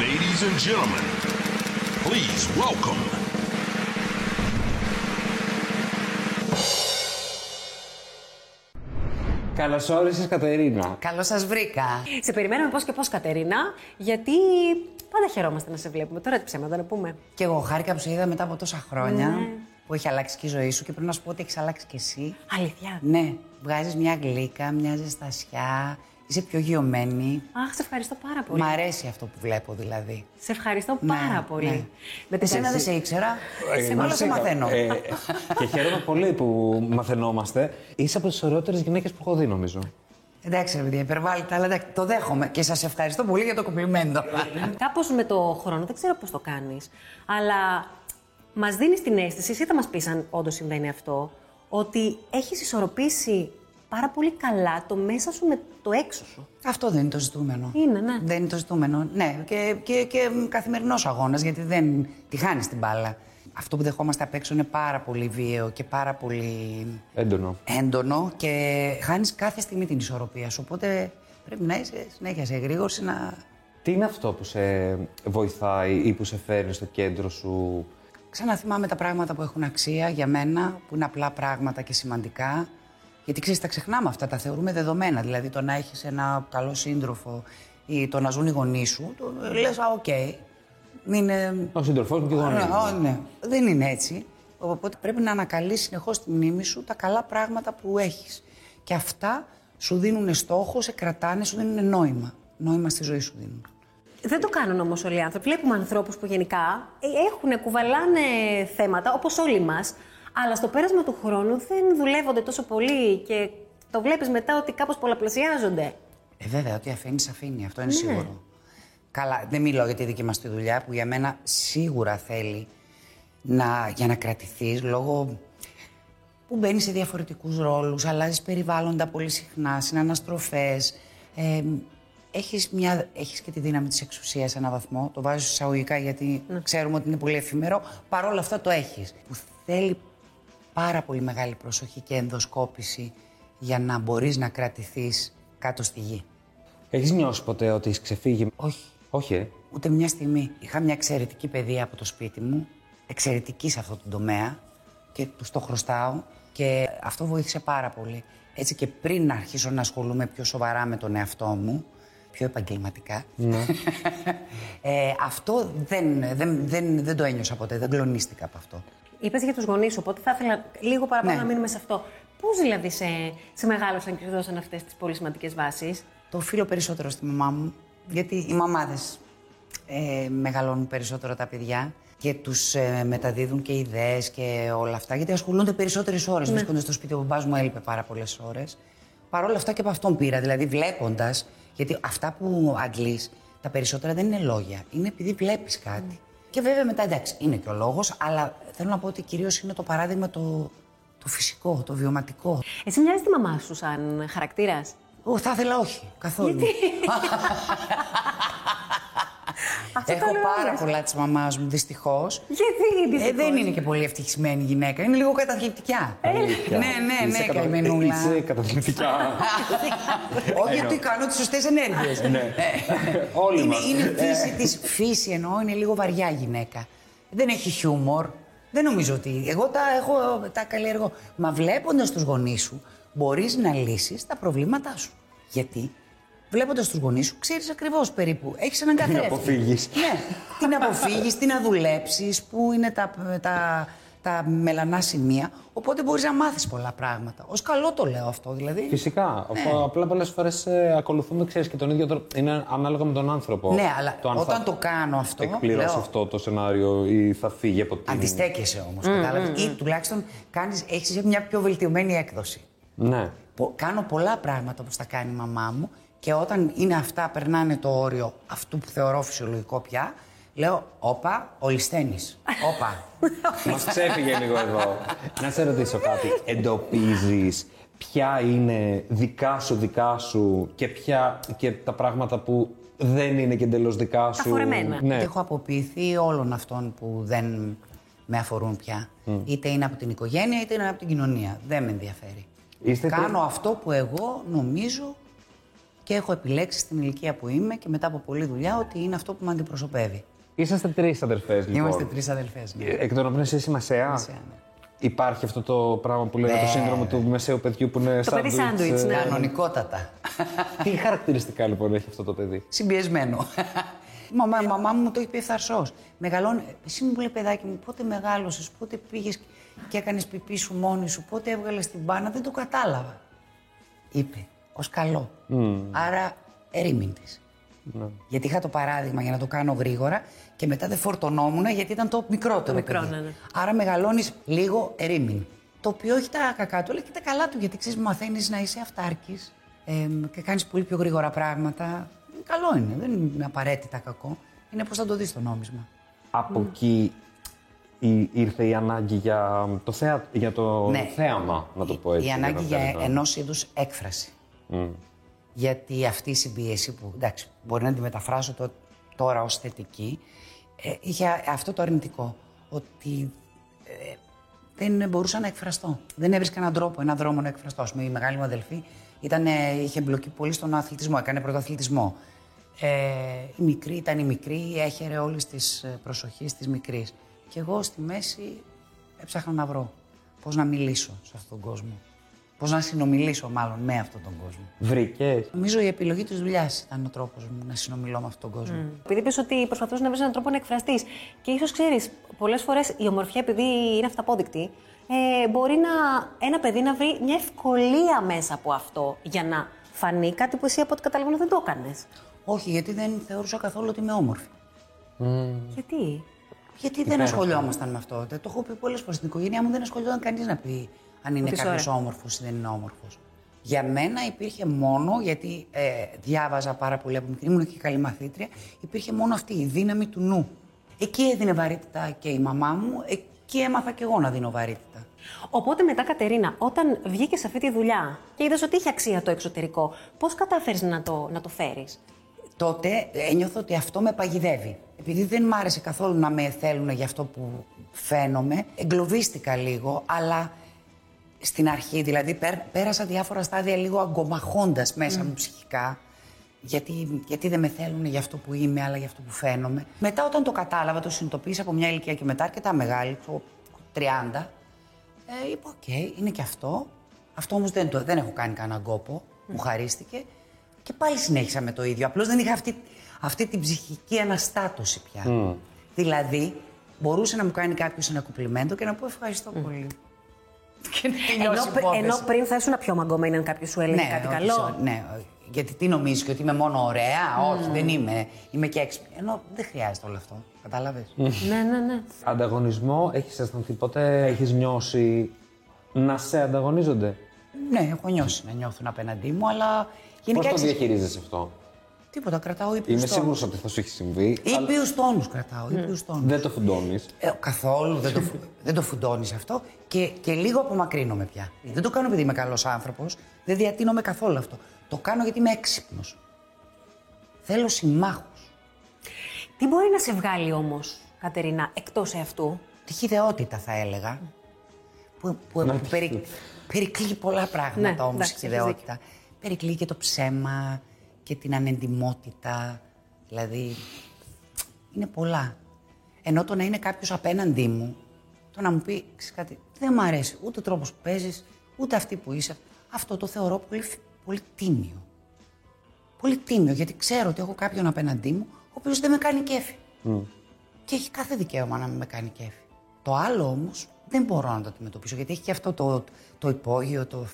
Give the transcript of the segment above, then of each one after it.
Ladies and gentlemen, please welcome. Καλώς όρισες, Κατερίνα. Καλώς σας βρήκα. Σε περιμέναμε πώς και πώς, Κατερίνα, γιατί πάντα χαιρόμαστε να σε βλέπουμε. Τώρα τι ψέματα να πούμε. Και εγώ χάρηκα που σε είδα μετά από τόσα χρόνια που έχει αλλάξει και η ζωή σου και πρέπει να σου πω ότι έχεις αλλάξει κι εσύ. Αλήθεια. Ναι, βγάζεις μια γλύκα, μια ζεστασιά, είσαι πιο γιωμένη. Αχ, σε ευχαριστώ πάρα πολύ. Μ' αρέσει αυτό που βλέπω δηλαδή. Σε ευχαριστώ Ναι, πάρα ναι. πολύ. Με τη Εσένα συζήτηση- δεν σε ήξερα. Ε, Σε μας όλα σε είχα- μαθαίνω. ε, και χαίρομαι πολύ που μαθαινόμαστε. Είσαι από τις ωραιότερες γυναίκες που έχω δει, νομίζω. Εντάξει, ρε παιδιά, υπερβάλλεται, αλλά εντάξει, το δέχομαι και σας ευχαριστώ πολύ για το κομπλιμέντο. Κάπως με το χρόνο, δεν ξέρω πώς το κάνεις, αλλά μας δίνεις την αίσθηση, εσύ θα μας πεις αν όντως συμβαίνει αυτό, ότι έχεις ισορροπήσει πάρα πολύ καλά το μέσα σου με το έξω σου. Αυτό δεν είναι το ζητούμενο. Είναι, ναι. Δεν είναι το ζητούμενο. Ναι, και, και, και καθημερινός αγώνας, γιατί δεν τη χάνεις την μπάλα. Αυτό που δεχόμαστε απ' έξω είναι πάρα πολύ βίαιο και πάρα πολύ Έντονο. έντονο και χάνεις κάθε στιγμή την ισορροπία σου. Οπότε πρέπει να είσαι συνέχεια σε εγρήγορση να. Τι είναι αυτό που σε βοηθάει ή που σε φέρνει στο κέντρο σου. Ξαναθυμάμαι τα πράγματα που έχουν αξία για μένα, που είναι απλά πράγματα και σημαντικά. Γιατί ξέρεις, τα ξεχνάμε αυτά, τα θεωρούμε δεδομένα. Δηλαδή το να έχεις ένα καλό σύντροφο ή το να ζουν οι γονείς σου, λες, α, οκ. Είναι Ο σύντροφός μου και εγώ. Ναι, α, ναι. Δεν είναι έτσι. Οπότε πρέπει να ανακαλείς συνεχώς τη μνήμη σου τα καλά πράγματα που έχεις. Και αυτά σου δίνουν στόχο, σε κρατάνε, σου δίνουν νόημα. Νόημα στη ζωή σου δίνουν. Δεν το κάνουν όμως όλοι οι άνθρωποι. Βλέπουμε ανθρώπους που γενικά έχουν, κουβαλάνε θέματα, όπως όλοι μας, αλλά στο πέρασμα του χρόνου δεν δουλεύονται τόσο πολύ και το βλέπεις μετά ότι κάπως πολλαπλασιάζονται. Ε, βέβαια, ότι αφήνεις, αφήνει. Αυτό είναι σίγουρο. Καλά, δεν μιλάω για τη δική μας τη δουλειά που για μένα σίγουρα θέλει να, για να κρατηθείς λόγω που μπαίνεις σε διαφορετικούς ρόλους, αλλάζεις περιβάλλοντα πολύ συχνά, συναναστροφές. Ε, έχεις, μια, έχεις και τη δύναμη της εξουσίας σε έναν βαθμό, το βάζεις εισαγωγικά γιατί ξέρουμε ότι είναι πολύ εφημερό, παρόλα αυτά το έχεις. Που θέλει πάρα πολύ μεγάλη προσοχή και ενδοσκόπηση για να μπορείς να κρατηθείς κάτω στη γη. Έχεις νιώσει ποτέ ότι έχεις ξεφύγει. Όχι. Όχι, ε. Ούτε μια στιγμή. Είχα μια εξαιρετική παιδεία από το σπίτι μου, εξαιρετική σε αυτό το τομέα και τους το χρωστάω και αυτό βοήθησε πάρα πολύ. Έτσι και πριν να αρχίσω να ασχολούμαι πιο σοβαρά με τον εαυτό μου, πιο επαγγελματικά, ε, αυτό δεν, δεν, δεν, δεν το ένιωσα ποτέ, δεν κλονίστηκα από αυτό. Είπες για τους γονείς σου, οπότε θα ήθελα λίγο παραπάνω Ναι. να μείνουμε σε αυτό. Πώς δηλαδή σε, σε μεγάλωσαν και σου δώσαν αυτές τις πολύ σημαντικές βάσεις. Το οφείλω περισσότερο στη μαμά μου, γιατί οι μαμάδες ε, μεγαλώνουν περισσότερο τα παιδιά και τους ε, μεταδίδουν και ιδέες και όλα αυτά, γιατί ασχολούνται περισσότερες ώρες. Βρίσκονται στο σπίτι, ο μπαμπάς μου έλειπε πάρα πολλές ώρες. Παρ' όλα αυτά και από αυτόν πήρα, δηλαδή βλέποντας, γιατί αυτά που αντλείς, τα περισσότερα δεν είναι λόγια, είναι επειδή βλέπεις κάτι. Και βέβαια μετά εντάξει, είναι και ο λόγος, αλλά θέλω να πω ότι κυρίως είναι το παράδειγμα το, το φυσικό, το βιωματικό. Εσύ μοιάζεις τη μαμά σου σαν χαρακτήρας. Ω, θα ήθελα όχι, καθόλου. Έχω πάρα πολλά της μαμάς μου, δυστυχώς. Γιατί Ε, δυστυχώς. Ε. δεν είναι και πολύ ευτυχισμένη γυναίκα. Είναι λίγο καταθλιπτικιά. ναι, ναι, ναι, Είσαι κατα- καημενούλα. Είσαι καταθλιπτικά. Όχι, γιατί κάνω τις σωστές ενέργειες. Ναι. Όλοι Ε, είναι, μας. Ε, είναι η φύση της. Φύση εννοώ, είναι λίγο βαριά γυναίκα. Δεν έχει χιούμορ. Δεν νομίζω ότι. Εγώ τα έχω, τα καλλιεργώ. Μα βλέποντας τους γονείς σου, μπορείς να λύσεις τα προβλήματά σου. Γιατί βλέποντας τους γονείς σου, ξέρεις ακριβώς περίπου. Έχεις έναν καθρέφτη. αποφύγεις. Ναι. Τι να αποφύγει, τι να δουλέψει, πού είναι τα, τα, τα μελανά σημεία. Οπότε μπορείς να μάθεις πολλά πράγματα. Ως καλό το λέω αυτό, δηλαδή. Φυσικά. Οπό- Απλά πολλές φορές ακολουθούμε, ξέρεις και τον ίδιο τρόπο. Είναι ανάλογα με τον άνθρωπο. Ναι, αλλά αν θα όταν το κάνω αυτό. Εκπληρώσει λέω, αυτό το σενάριο ή θα φύγει από την. Αντιστέκεσαι όμως, κατάλαβε. Ή τουλάχιστον έχεις μια πιο βελτιωμένη έκδοση. Ναι. Πο- Κάνω πολλά πράγματα όπως τα κάνει η μαμά μου και όταν είναι αυτά, περνάνε το όριο αυτού που θεωρώ φυσιολογικό πια, λέω: Όπα, ολισταίνει. Όπα. Μας ξέφυγε λίγο εδώ. Να σε ρωτήσω κάτι. Εντοπίζεις ποια είναι δικά σου, δικά σου και, ποια, και τα πράγματα που δεν είναι και εντελώς δικά σου. φορεμένα. Ναι. Και έχω αποποιηθεί όλων αυτών που δεν με αφορούν πια. Είτε είναι από την οικογένεια, είτε είναι από την κοινωνία. Δεν με ενδιαφέρει. Είστε Κάνω τρι- αυτό που εγώ νομίζω και έχω επιλέξει στην ηλικία που είμαι και μετά από πολλή δουλειά ότι είναι αυτό που με αντιπροσωπεύει. Είσαστε τρεις αδερφέ, λοιπόν. Είμαστε τρεις αδελφές. Ναι. Εκ των οποίων εσύ είσαι μεσαία. Μεσαία, ναι. Υπάρχει αυτό το πράγμα που λέμε το σύνδρομο του μεσαίου παιδιού που είναι Το παιδί σάντουιτς, ε, σάντουιτς, ναι. Κανονικότατα. Τι χαρακτηριστικά λοιπόν έχει αυτό το παιδί. Συμπιεσμένο. Η μαμά, η μαμά μου το έχει πει ευθαρσώ. Μεγαλώνει. Εσύ μου λέει, παιδάκι μου, πότε μεγάλωσες, πότε πήγες και έκανες πιπί σου μόνη σου, πότε έβγαλες την μπάνα, δεν το κατάλαβα. Είπε, ως καλό. Άρα, ερήμην της. Γιατί είχα το παράδειγμα για να το κάνω γρήγορα και μετά δεν φορτωνόμουν γιατί ήταν το μικρότερο. Το μικρό, παιδί. ναι, ναι. Άρα μεγαλώνεις λίγο ερήμην. Το οποίο έχει τα κακά του, αλλά και τα καλά του. Γιατί ξέρεις, μαθαίνεις να είσαι αυτάρκης και κάνεις πολύ πιο γρήγορα πράγματα. Καλό είναι, δεν είναι απαραίτητα κακό. Είναι πώς θα το δεις το νόμισμα. Από εκεί ή- ήρθε η ανάγκη για το, θέα, για το Ναι. θέαμα, να το πω έτσι. Η για να ανάγκη για θέλεις να- ενός είδους έκφραση. Γιατί αυτή η συμπίεση που εντάξει, μπορεί να τη μεταφράσω το, τώρα ως θετική, ε, είχε αυτό το αρνητικό. Ότι ε, δεν μπορούσα να εκφραστώ. Δεν έβρισκα έναν τρόπο, έναν δρόμο να εκφραστώ. Ας πούμε, η μεγάλη μου αδελφή ήταν, ε, είχε εμπλοκή πολύ στον αθλητισμό, έκανε πρωτοαθλητισμό. Ε, η μικρή ήταν η μικρή, έχερε ε, όλη τη προσοχή της μικρής. Και εγώ στη μέση έψαχνα να βρω πώς να μιλήσω σε αυτόν τον κόσμο. Πώς να συνομιλήσω, μάλλον, με αυτόν τον κόσμο. Βρήκες. Νομίζω η επιλογή της δουλειάς ήταν ο τρόπος μου να συνομιλώ με αυτόν τον κόσμο. Επειδή πει ότι προσπαθούσες να βρεις έναν τρόπο να εκφραστείς. Και ίσως ξέρεις, πολλές φορές η ομορφιά, επειδή είναι αυταπόδεικτη, ε, μπορεί να, ένα παιδί να βρει μια ευκολία μέσα από αυτό για να φανεί κάτι που εσύ από ό,τι καταλαβαίνω δεν το έκανες. Όχι, γιατί δεν θεωρούσα καθόλου ότι είμαι όμορφη. Γιατί. Γιατί δεν ασχολιόμασταν με αυτό. Το έχω πει πολλές φορές στην οικογένειά μου, δεν ασχολιόταν κανείς να πει αν είναι Ότι είσαι κάποιο όμορφος ή δεν είναι όμορφος. Για μένα υπήρχε μόνο, γιατί ε, διάβαζα πάρα πολύ από μικρή, ήμουν και καλή μαθήτρια, υπήρχε μόνο αυτή η δύναμη του νου. Εκεί έδινε βαρύτητα και η μαμά μου, εκεί έμαθα και εγώ να δίνω βαρύτητα. Οπότε μετά, Κατερίνα, όταν βγήκε σε αυτή τη δουλειά και είδες ότι είχε αξία το εξωτερικό, πώς κατάφερες να το, να το φέρεις. τότε ε, ένιωθω ότι αυτό με παγιδεύει. Επειδή δεν μ' άρεσε καθόλου να με θέλουν για αυτό που φαίνομαι, εγκλωβίστηκα λίγο, αλλά στην αρχή, δηλαδή πέρ- πέρασα διάφορα στάδια λίγο αγκομαχώντας μέσα μου ψυχικά. Γιατί, γιατί δεν με θέλουν για αυτό που είμαι, αλλά για αυτό που φαίνομαι. Μετά όταν το κατάλαβα, το συνειδητοποίησα από μια ηλικία και μετά, αρκετά μεγάλη, ξέρω, 30, ε, είπα, οκ, είναι και αυτό. Αυτό όμως δεν, το, δεν έχω κάνει κανέναν κόπο. Μου χαρίστηκε. Και πάλι συνέχισα με το ίδιο. Απλώς δεν είχα αυτή, αυτή την ψυχική αναστάτωση πια. Δηλαδή, μπορούσε να μου κάνει κάποιος ένα κουπλιμέντο και να πω ευχαριστώ πολύ. Και να Ενώ, τελειώσει η πρι- υπόθεση. ενώ πριν θα ήσουν πιο μαγκωμένη, αν κάποιος σου έλεγε κάτι όχι, καλό. sorry, ναι, όχι. γιατί τι νομίζεις και ότι είμαι μόνο ωραία. Mm. Όχι, δεν είμαι. Είμαι και έξυπνη. Ενώ δεν χρειάζεται όλο αυτό. Κατάλαβες. Mm. Ναι, ναι, ναι. Ανταγωνισμό έχεις αισθανθεί ποτέ, έχεις νιώσει να σε ανταγωνίζονται. ναι, έχω νιώσει να νιώθουν απέναντί μου, αλλά γενικά. Πώς το ξέρεις, διαχειρίζεσαι αυτό. Τίποτα, κρατάω ήπιους Είμαι σίγουρος ότι θα σου έχει συμβεί. αλλά Ήπιους τόνους κρατάω. Ήπιους τόνους. Δεν το φουντώνεις. Ε, καθόλου δεν το, φου- δεν το φουντώνεις αυτό και, και λίγο απομακρύνομαι πια. Δεν το κάνω επειδή είμαι καλός άνθρωπος, δεν διατείνομαι καθόλου αυτό. Το κάνω γιατί είμαι έξυπνος. Θέλω συμμάχους. Τι μπορεί να σε βγάλει όμως, Κατερίνα, εκτός αυτού. Τυχιδεότητα θα έλεγα. Που, που, που περι- περικλείει πολλά Ναι, πράγματα όμως η εντάξει, έχεις τυχιδεότητα. Περικλείει και το ψέμα και την ανεντιμότητα. Δηλαδή. Είναι πολλά. Ενώ το να είναι κάποιος απέναντί μου, το να μου πει «Ξέρεις κάτι, δεν μου αρέσει ούτε ο τρόπος που παίζεις, ούτε αυτή που είσαι. Αυτό το θεωρώ πολύ, φι- πολύ τίμιο. Πολύ τίμιο, γιατί ξέρω ότι έχω κάποιον απέναντί μου, ο οποίος δεν με κάνει κέφι. Και έχει κάθε δικαίωμα να μην με κάνει κέφι. Το άλλο όμως δεν μπορώ να το αντιμετωπίσω, γιατί έχει και αυτό το, το υπόγειο, το.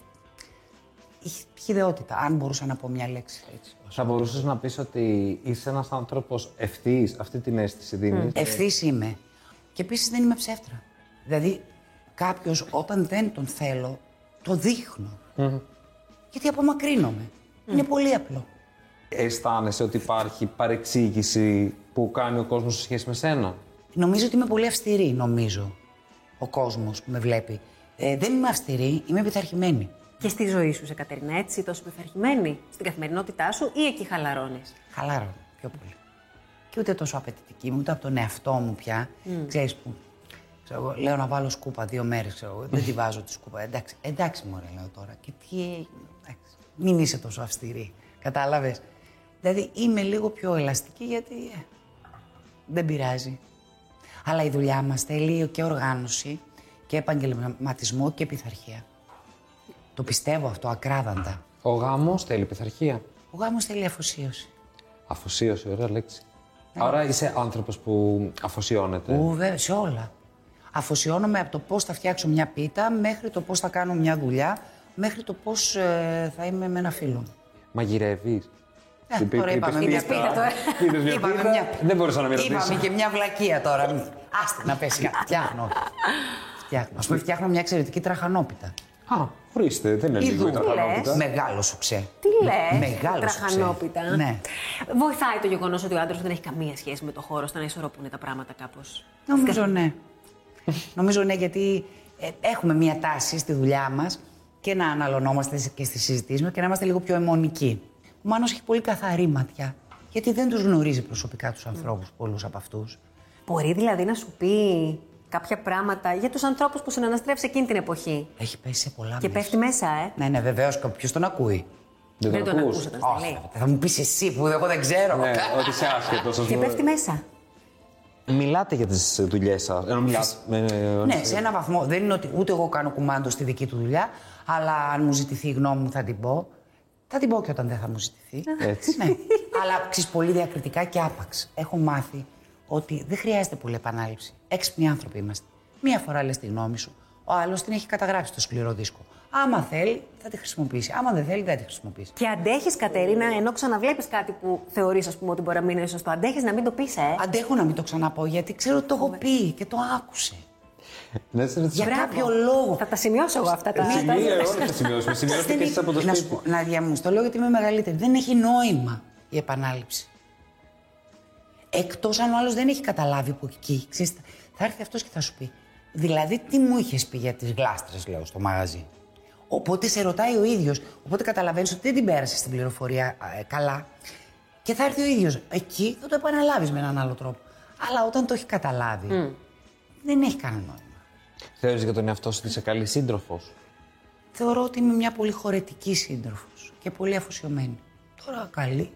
Η χειδαιότητα, αν μπορούσα να πω μια λέξη έτσι. Θα μπορούσες να πεις ότι είσαι ένας άνθρωπος ευθύς, αυτή την αίσθηση δίνεις. Ευθύς είμαι. Και επίσης δεν είμαι ψεύτρα. Δηλαδή, κάποιος όταν δεν τον θέλω, το δείχνω. Γιατί απομακρύνομαι. Είναι πολύ απλό. Αισθάνεσαι ότι υπάρχει παρεξήγηση που κάνει ο κόσμος σε σχέση με σένα. Νομίζω ότι είμαι πολύ αυστηρή, νομίζω. Ο κόσμος που με βλέπει. Ε, δεν είμαι αυστηρή, είμαι πειθαρχημένη. Και στη ζωή σου, σε Κατερίνα, έτσι, τόσο πειθαρχημένη, στην καθημερινότητά σου ή εκεί χαλαρώνεις. Χαλάρω πιο πολύ. Και ούτε τόσο απαιτητική μου, ούτε από τον εαυτό μου πια. Ξέρεις που. Ξέρω, εγώ, λέω να βάλω σκούπα δύο μέρες. Δεν τη βάζω τη σκούπα. Εντάξει, εντάξει, μωρέ, λέω τώρα. Και τι. έγινε, Εντάξει, μην είσαι τόσο αυστηρή. Κατάλαβες. Δηλαδή είμαι λίγο πιο ελαστική γιατί ε, δεν πειράζει. Αλλά η δουλειά μας θέλει και οργάνωση και επαγγελματισμό και πειθαρχία. Το πιστεύω αυτό ακράδαντα. Ο γάμος θέλει πειθαρχία. Ο γάμος θέλει αφοσίωση. Αφοσίωση, ωραία λέξη. Άρα είσαι άνθρωπος που αφοσιώνεται. Ου, βέβαια, σε όλα. Αφοσιώνομαι από το πώς θα φτιάξω μια πίτα μέχρι το πώς θα κάνω μια δουλειά, μέχρι το πώς θα είμαι με ένα φίλο. μου. Μαγειρεύεις. Ε, τώρα είπαμε μια πίτα τώρα. Είπαμε μια- Δεν μπορούσα να μην Είπαμε ρωτήσω. και μια βλακεία τώρα. Άστε να πέσει. κάτι. Φτιάχνω. Φτιάχνω. Ας πούμε, φτιάχνω μια εξαιρετική τραχανόπιτα. Α, ορίστε, δεν είναι λίγο η Ιδού. τραχανόπιτα. Μεγάλο σου ξέ. Τι λες, Μεγάλο σου ξέ. τραχανόπιτα. Ναι. Βοηθάει το γεγονός ότι ο άντρας δεν έχει καμία σχέση με το χώρο στο να ισορροπούν τα πράγματα κάπως. Νομίζω ναι. Νομίζω ναι, γιατί ε, έχουμε μία τάση στη δουλειά μας και να αναλωνόμαστε και στις συζητήσεις μας και να είμαστε λίγο πιο αιμονικοί. Ο Μάνος έχει πολύ καθαρή ματιά, γιατί δεν τους γνωρίζει προσωπικά τους ανθρώπους, πολλούς από αυτούς. Μπορεί δηλαδή να σου πει κάποια πράγματα για τους ανθρώπους που συναναστρέφει εκείνη την εποχή. Έχει πέσει σε πολλά Και μέσα. πέφτει μέσα, ε. Ναι, ναι, βεβαίως. Ποιος τον ακούει. Δεν τον τον ακούς. ακούσατε. Όχι, λέει. βέβαια, θα μου πεις εσύ που εγώ δεν ξέρω. Ναι, ότι είσαι άσχετος. Και πέφτει μέσα. Μιλάτε για τις δουλειές σας. Ενώ μιλάτε. Ναι, σε ένα βαθμό. Δεν είναι ότι ούτε εγώ κάνω κουμάντο στη δική του δουλειά, αλλά αν μου ζητηθεί η γνώμη μου θα την πω. Θα την πω και όταν δεν θα μου ζητηθεί. Έτσι. ναι. αλλά ξέρεις πολύ διακριτικά και άπαξ. Έχω μάθει ότι δεν χρειάζεται πολλή επανάληψη. Έξυπνοι άνθρωποι είμαστε. Μία φορά λες τη γνώμη σου. Ο άλλος την έχει καταγράψει στο σκληρό δίσκο. Άμα θέλει, θα τη χρησιμοποιήσει. Άμα δεν θέλει, δεν τη χρησιμοποιήσει. Και αντέχεις, Κατερίνα, ενώ ξαναβλέπεις κάτι που θεωρείς, ας πούμε, ότι μπορεί να μην είναι σωστό. Αντέχεις να μην το πεις, ε. Αντέχω να μην το ξαναπώ γιατί ξέρω ότι το έχω πει και το άκουσε. Να σε ρωτήσω. Για Ναι. Μπράβο. κάποιο λόγο. Θα τα σημειώσω εγώ αυτά τα. Σημείο, όχι θα σημειώσουμε. Σημειώστε Δεν και έχει- εσείς από το να σου πω, σπίτι. να διαμ- στο λέω γιατί είμαι μεγαλύτερη. Δεν έχει νόημα η επανάληψη. Εκτός αν ο άλλος δεν έχει καταλάβει που εκεί. Ξέρεις, θα- θα έρθει αυτός και θα σου πει. Δηλαδή, τι μου είχες πει για τις γλάστρες, λέω, στο μαγαζί. Οπότε σε ρωτάει ο ίδιος. Οπότε καταλαβαίνεις ότι δεν την πέρασες την πληροφορία ε, καλά. Και θα έρθει ο ίδιος. Εκεί θα το επαναλάβεις με έναν άλλο τρόπο. Αλλά όταν το έχει καταλάβει, δεν έχει κανένα νόημα. Θεωρείς για τον εαυτό σου ότι είσαι καλή σύντροφος. Θεωρώ ότι είμαι μια πολύ χωρετική σύντροφος και πολύ αφοσιωμένη. Τώρα καλή.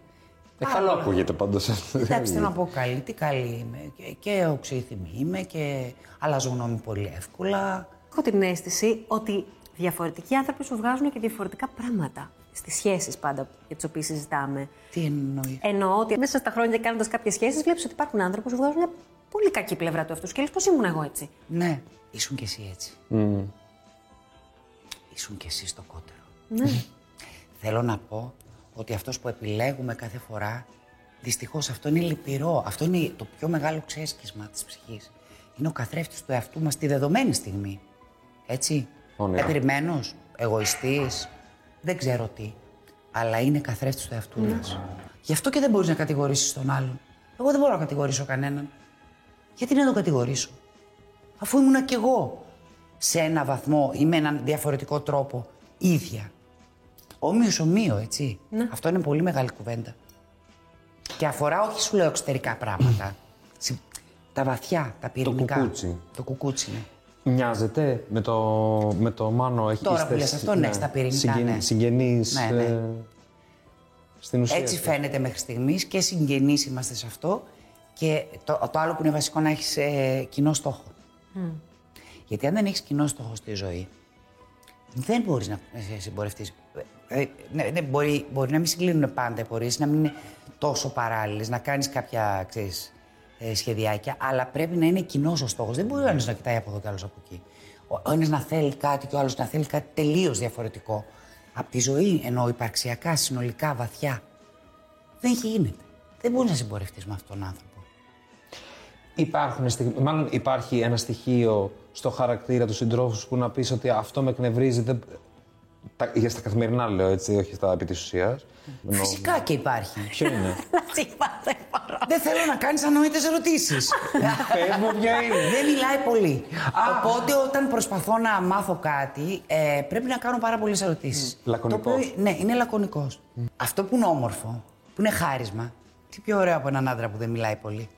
Ε, Πάρα καλό πολλά. ακούγεται πάντως. Κοιτάξτε να πω καλή, τι καλή είμαι. Και, και οξύθυμη είμαι και αλλάζω γνώμη πολύ εύκολα. Έχω την αίσθηση ότι διαφορετικοί άνθρωποι σου βγάζουν και διαφορετικά πράγματα στις σχέσεις πάντα για τις οποίες συζητάμε. Τι εννοείς. Εννοώ ότι μέσα στα χρόνια κάνοντας κάποιες σχέσεις, βλέπεις ότι υπάρχουν άνθρωποι που σου βγάζουν μια πολύ κακή πλευρά του αυτού και λες πώς ήμουν εγώ έτσι. Ναι, ήσουν κι εσύ έτσι. Ήσουν κι εσύ στο κότερο. Θέλω να πω ότι αυτός που επιλέγουμε κάθε φορά, δυστυχώς αυτό είναι λυπηρό. Αυτό είναι το πιο μεγάλο ξέσκισμα της ψυχής. Είναι ο καθρέφτης του εαυτού μας τη δεδομένη στιγμή. Έτσι. Όνειρο. Επηρημένος, εγωιστής, δεν ξέρω τι. Αλλά είναι καθρέφτης του εαυτού μας. Γι' αυτό και δεν μπορείς να κατηγορήσεις τον άλλον. Εγώ δεν μπορώ να κατηγορήσω κανέναν. Γιατί να τον κατηγορήσω. Αφού ήμουνα κι εγώ σε ένα βαθμό ή με έναν διαφορετικό τρόπο ίδια. Όμοιος ομοίο, έτσι. Αυτό είναι πολύ μεγάλη κουβέντα. Και αφορά όχι σου λέω εξωτερικά πράγματα. Συ- τα βαθιά, τα πυρηνικά. κουκούτσι. Το κουκούτσι, ναι. Μοιάζεται με το, με το Μάνο. Έχεις Τώρα που λες αυτό, ναι, στα πυρηνικά, ναι. Συγγενείς, Ναι, ναι. ε, στην ουσία. Έτσι φαίνεται μέχρι στιγμής και συγγενείς είμαστε σε αυτό. Και το, το άλλο που είναι βασικό να έχεις κοινό στόχο. Γιατί αν δεν έχεις κοινό στόχο στη ζωή, δεν μπορείς να ε, συμπορευτείς. Ε, ε, ναι, ναι, μπορεί, μπορεί να μην συγκλίνουν πάντα οι πορείε, να μην είναι τόσο παράλληλες, να κάνεις κάποια ξέρεις, ε, σχεδιάκια, αλλά πρέπει να είναι κοινός ο στόχος. Δεν μπορεί ο ένας να κοιτάει από εδώ και άλλος από εκεί. Ο, ο ένας να θέλει κάτι και ο άλλος να θέλει κάτι τελείως διαφορετικό. Από τη ζωή εννοώ υπαρξιακά, συνολικά, βαθιά. Δεν γίνεται. Δεν μπορεί να συμπορευτείς με αυτόν τον άνθρωπο. Υπάρχουν, στιγμ- μάλλον υπάρχει ένα στοιχείο στο χαρακτήρα του συντρόφου σου που να πεις ότι αυτό με εκνευρίζει. Δεν... Τα, για στα καθημερινά λέω έτσι, όχι στα επί της ουσίας. Φυσικά και υπάρχει. Ποιο είναι. Δεν θέλω να κάνεις ανοίτε ερωτήσει. Πες μου ποια είναι. Δεν μιλάει πολύ. Οπότε όταν προσπαθώ να μάθω κάτι, ε, πρέπει να κάνω πάρα πολλές ερωτήσεις. Λακωνικός. Ναι, είναι λακωνικός. Αυτό που είναι όμορφο, που είναι χάρισμα, τι πιο ωραίο από έναν άντρα που δεν μιλάει πολύ.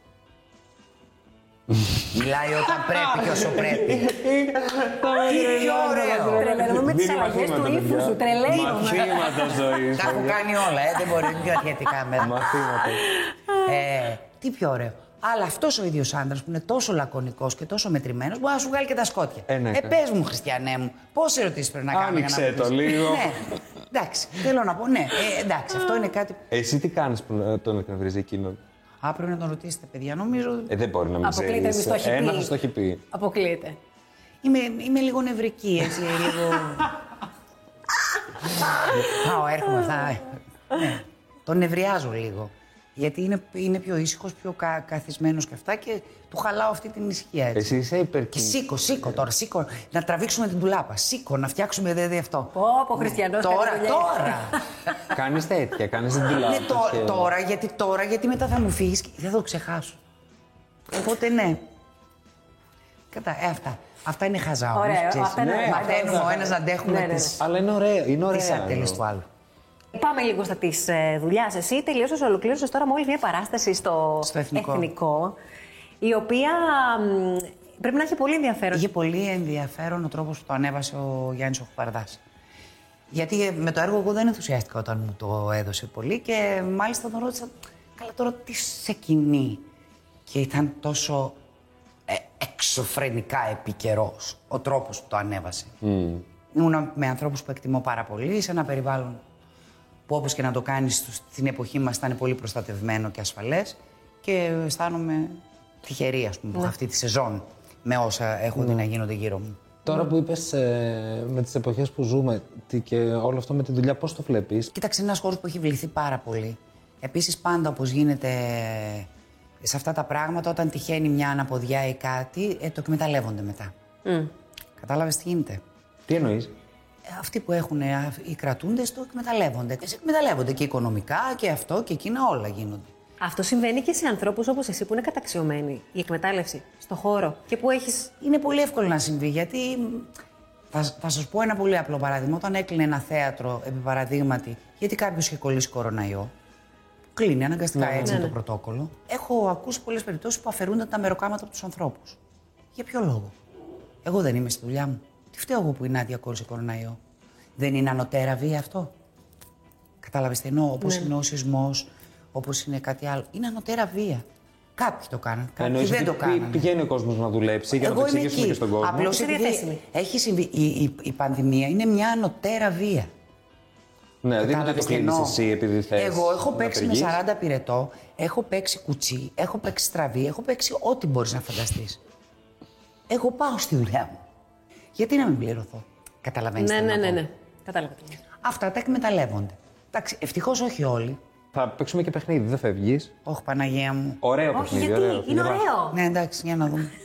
Μιλάει όταν πρέπει και όσο πρέπει. Τι ωραίο. Τρελαίνομαι με τις αλλαγέ του ύφου σου. Τρελαίνομαι. Μαθήματα ζωής. Τα έχω κάνει όλα, ε, δεν μπορεί, είναι πιο αρχιετικά μέσα. Μαθήματα. Ε, τι πιο ωραίο. Αλλά αυτός ο ίδιος άντρα που είναι τόσο λακωνικός και τόσο μετρημένος μπορεί να σου βγάλει και τα σκότια. Ε, ναι, ε, καλά. πες μου, Χριστιανέ μου, πόσες ερωτήσεις πρέπει να κάνω. για να Άνοιξε αποκτήσεις- το λίγο. Ναι, εντάξει, θέλω να πω. Ναι, ε, εντάξει, αυτό είναι κάτι. Εσύ τι κάνεις που να- τον εκνευρίζει εκείνον. Α, πρέπει να τον ρωτήσετε, παιδιά. Νομίζω. Ε, δεν μπορεί να μην ξέρει. Αποκλείται, μη στο έχει πει. Ένα θα το έχει πει. Αποκλείεται. Είμαι, είμαι λίγο νευρική, έτσι, ε, λίγο... Πάω, έρχομαι, θα... ναι. Τον νευριάζω λίγο. Γιατί είναι, είναι πιο ήσυχος, πιο κα, καθισμένος και αυτά και του χαλάω αυτή την ησυχία. έτσι. Εσύ είσαι Και υπερκίνητο. σήκω, σήκω τώρα, σήκω. Να τραβήξουμε την τουλάπα. Σήκω, να φτιάξουμε δε, δε αυτό. Πω, πω, Χριστιανός, Τώρα, κάνει δουλειά. τώρα. Κάνεις τέτοια, κάνεις την τουλάπα. ναι, τω- τώρα, γιατί τώρα, γιατί μετά θα μου φύγεις και δεν θα το ξεχάσω. Οπότε ναι. Κατά, ε, αυτά. Αυτά είναι χαζά όμως, Ωραίο, ξέρεις. αυτά είναι ναι, ωραία. Μαθαίνουμε ο ένας να αντέχουμε Ναι, ναι, ναι. τις- Αλλά είναι ωραίο. Είναι Τις ωραία. ατέλειες του άλλου. Πάμε λίγο στα της δουλειάς. Εσύ τελείωσες, ολοκλήρωσες τώρα μόλι μια παράσταση στο, Στο Εθνικό. Εθνικό, η οποία μ, πρέπει να έχει πολύ ενδιαφέρον. Είχε πολύ ενδιαφέρον ο τρόπος που το ανέβασε ο Γιάννης ο Χουπαρδάς. Γιατί ε, με το έργο εγώ δεν ενθουσιάστηκα όταν μου το έδωσε πολύ και μάλιστα τον ρώτησα, καλά τώρα τι σε κινεί. Και ήταν τόσο ε, εξωφρενικά επικαιρός ο τρόπος που το ανέβασε. Ήμουνα με ανθρώπους που εκτιμώ πάρα πολύ, σε ένα περιβάλλον που όπως και να το κάνεις στην εποχή μας ήταν πολύ προστατευμένο και ασφαλές και αισθάνομαι τυχερή ας πούμε αυτή τη σεζόν με όσα έχουν δει να γίνονται γύρω μου. Τώρα που είπες με τις εποχές που ζούμε τι- και όλο αυτό με τη δουλειά, πώς το βλέπεις. Κοίταξε, είναι ένας χώρος που έχει βληθεί πάρα πολύ. Επίσης, πάντα όπως γίνεται σε αυτά τα πράγματα, όταν τυχαίνει μια αναποδιά ή κάτι, ε, το εκμεταλλεύονται μετά. Κατάλαβες τι γίνεται. Τι εννοείς. Ε, Αυτοί που έχουν ε, οι κρατούντες το εκμεταλλεύονται. Και σε εκμεταλλεύονται και οικονομικά και αυτό και εκείνα όλα γίνονται. Αυτό συμβαίνει και σε ανθρώπους όπως εσύ που είναι καταξιωμένοι. Η εκμετάλλευση στο χώρο και που έχεις. Είναι πολύ εύκολο να συμβεί γιατί. μ, Θα, θα σας πω ένα πολύ απλό παράδειγμα. Όταν έκλεινε ένα θέατρο, επί παραδείγματι, γιατί κάποιος είχε κολλήσει κοροναϊό. Κλείνει αναγκαστικά Ναι, έτσι είναι το πρωτόκολλο. Έχω ακούσει πολλές περιπτώσεις που αφαιρούνταν τα μεροκάματα από τους ανθρώπους. Για ποιο λόγο. Εγώ δεν είμαι στη δουλειά μου. Τι φταίω εγώ που η Νάντια κόλλησε κοροναϊό. Δεν είναι ανωτέρα βία αυτό. Κατάλαβες τι εννοώ. Όπως Ναι. είναι ο σεισμός, όπως είναι κάτι άλλο. Είναι ανωτέρα βία. Κάποιοι το κάναν, κάποιοι Εννοείς δεν ότι το πη- κάνανε. πηγαίνει ο κόσμος να δουλέψει για να το Εγώ είμαι εξηγήσουμε και εκεί. στον κόσμο. Απλώς Είσαι διαθέσιμη. επειδή έχει συμβεί. Η, η, η πανδημία είναι μια ανωτέρα βία. Ναι, δεν είναι ότι το Κατάλαβες τι κλείνεις εννοώ. εσύ επειδή θες Εγώ έχω να παίξει απεργείς. με 40 πυρετό, έχω παίξει κουτσί, έχω παίξει στραβή, έχω παίξει ό,τι μπορείς να φανταστείς. Εγώ πάω στη δουλειά μου. Γιατί να μην πληρωθώ. Καταλαβαίνεις. Ναι, ναι, ναι, ναι. Κατάλαβα. τι λες. Αυτά τα εκμεταλλεύονται. Εντάξει, ευτυχώς όχι όλοι. Θα παίξουμε και παιχνίδι, δεν φεύγεις. Όχι, Παναγία μου. Ωραίο Όχι, παιχνίδι. γιατί ωραίο. είναι Διαβάζω. ωραίο. Ναι, εντάξει, για να δούμε.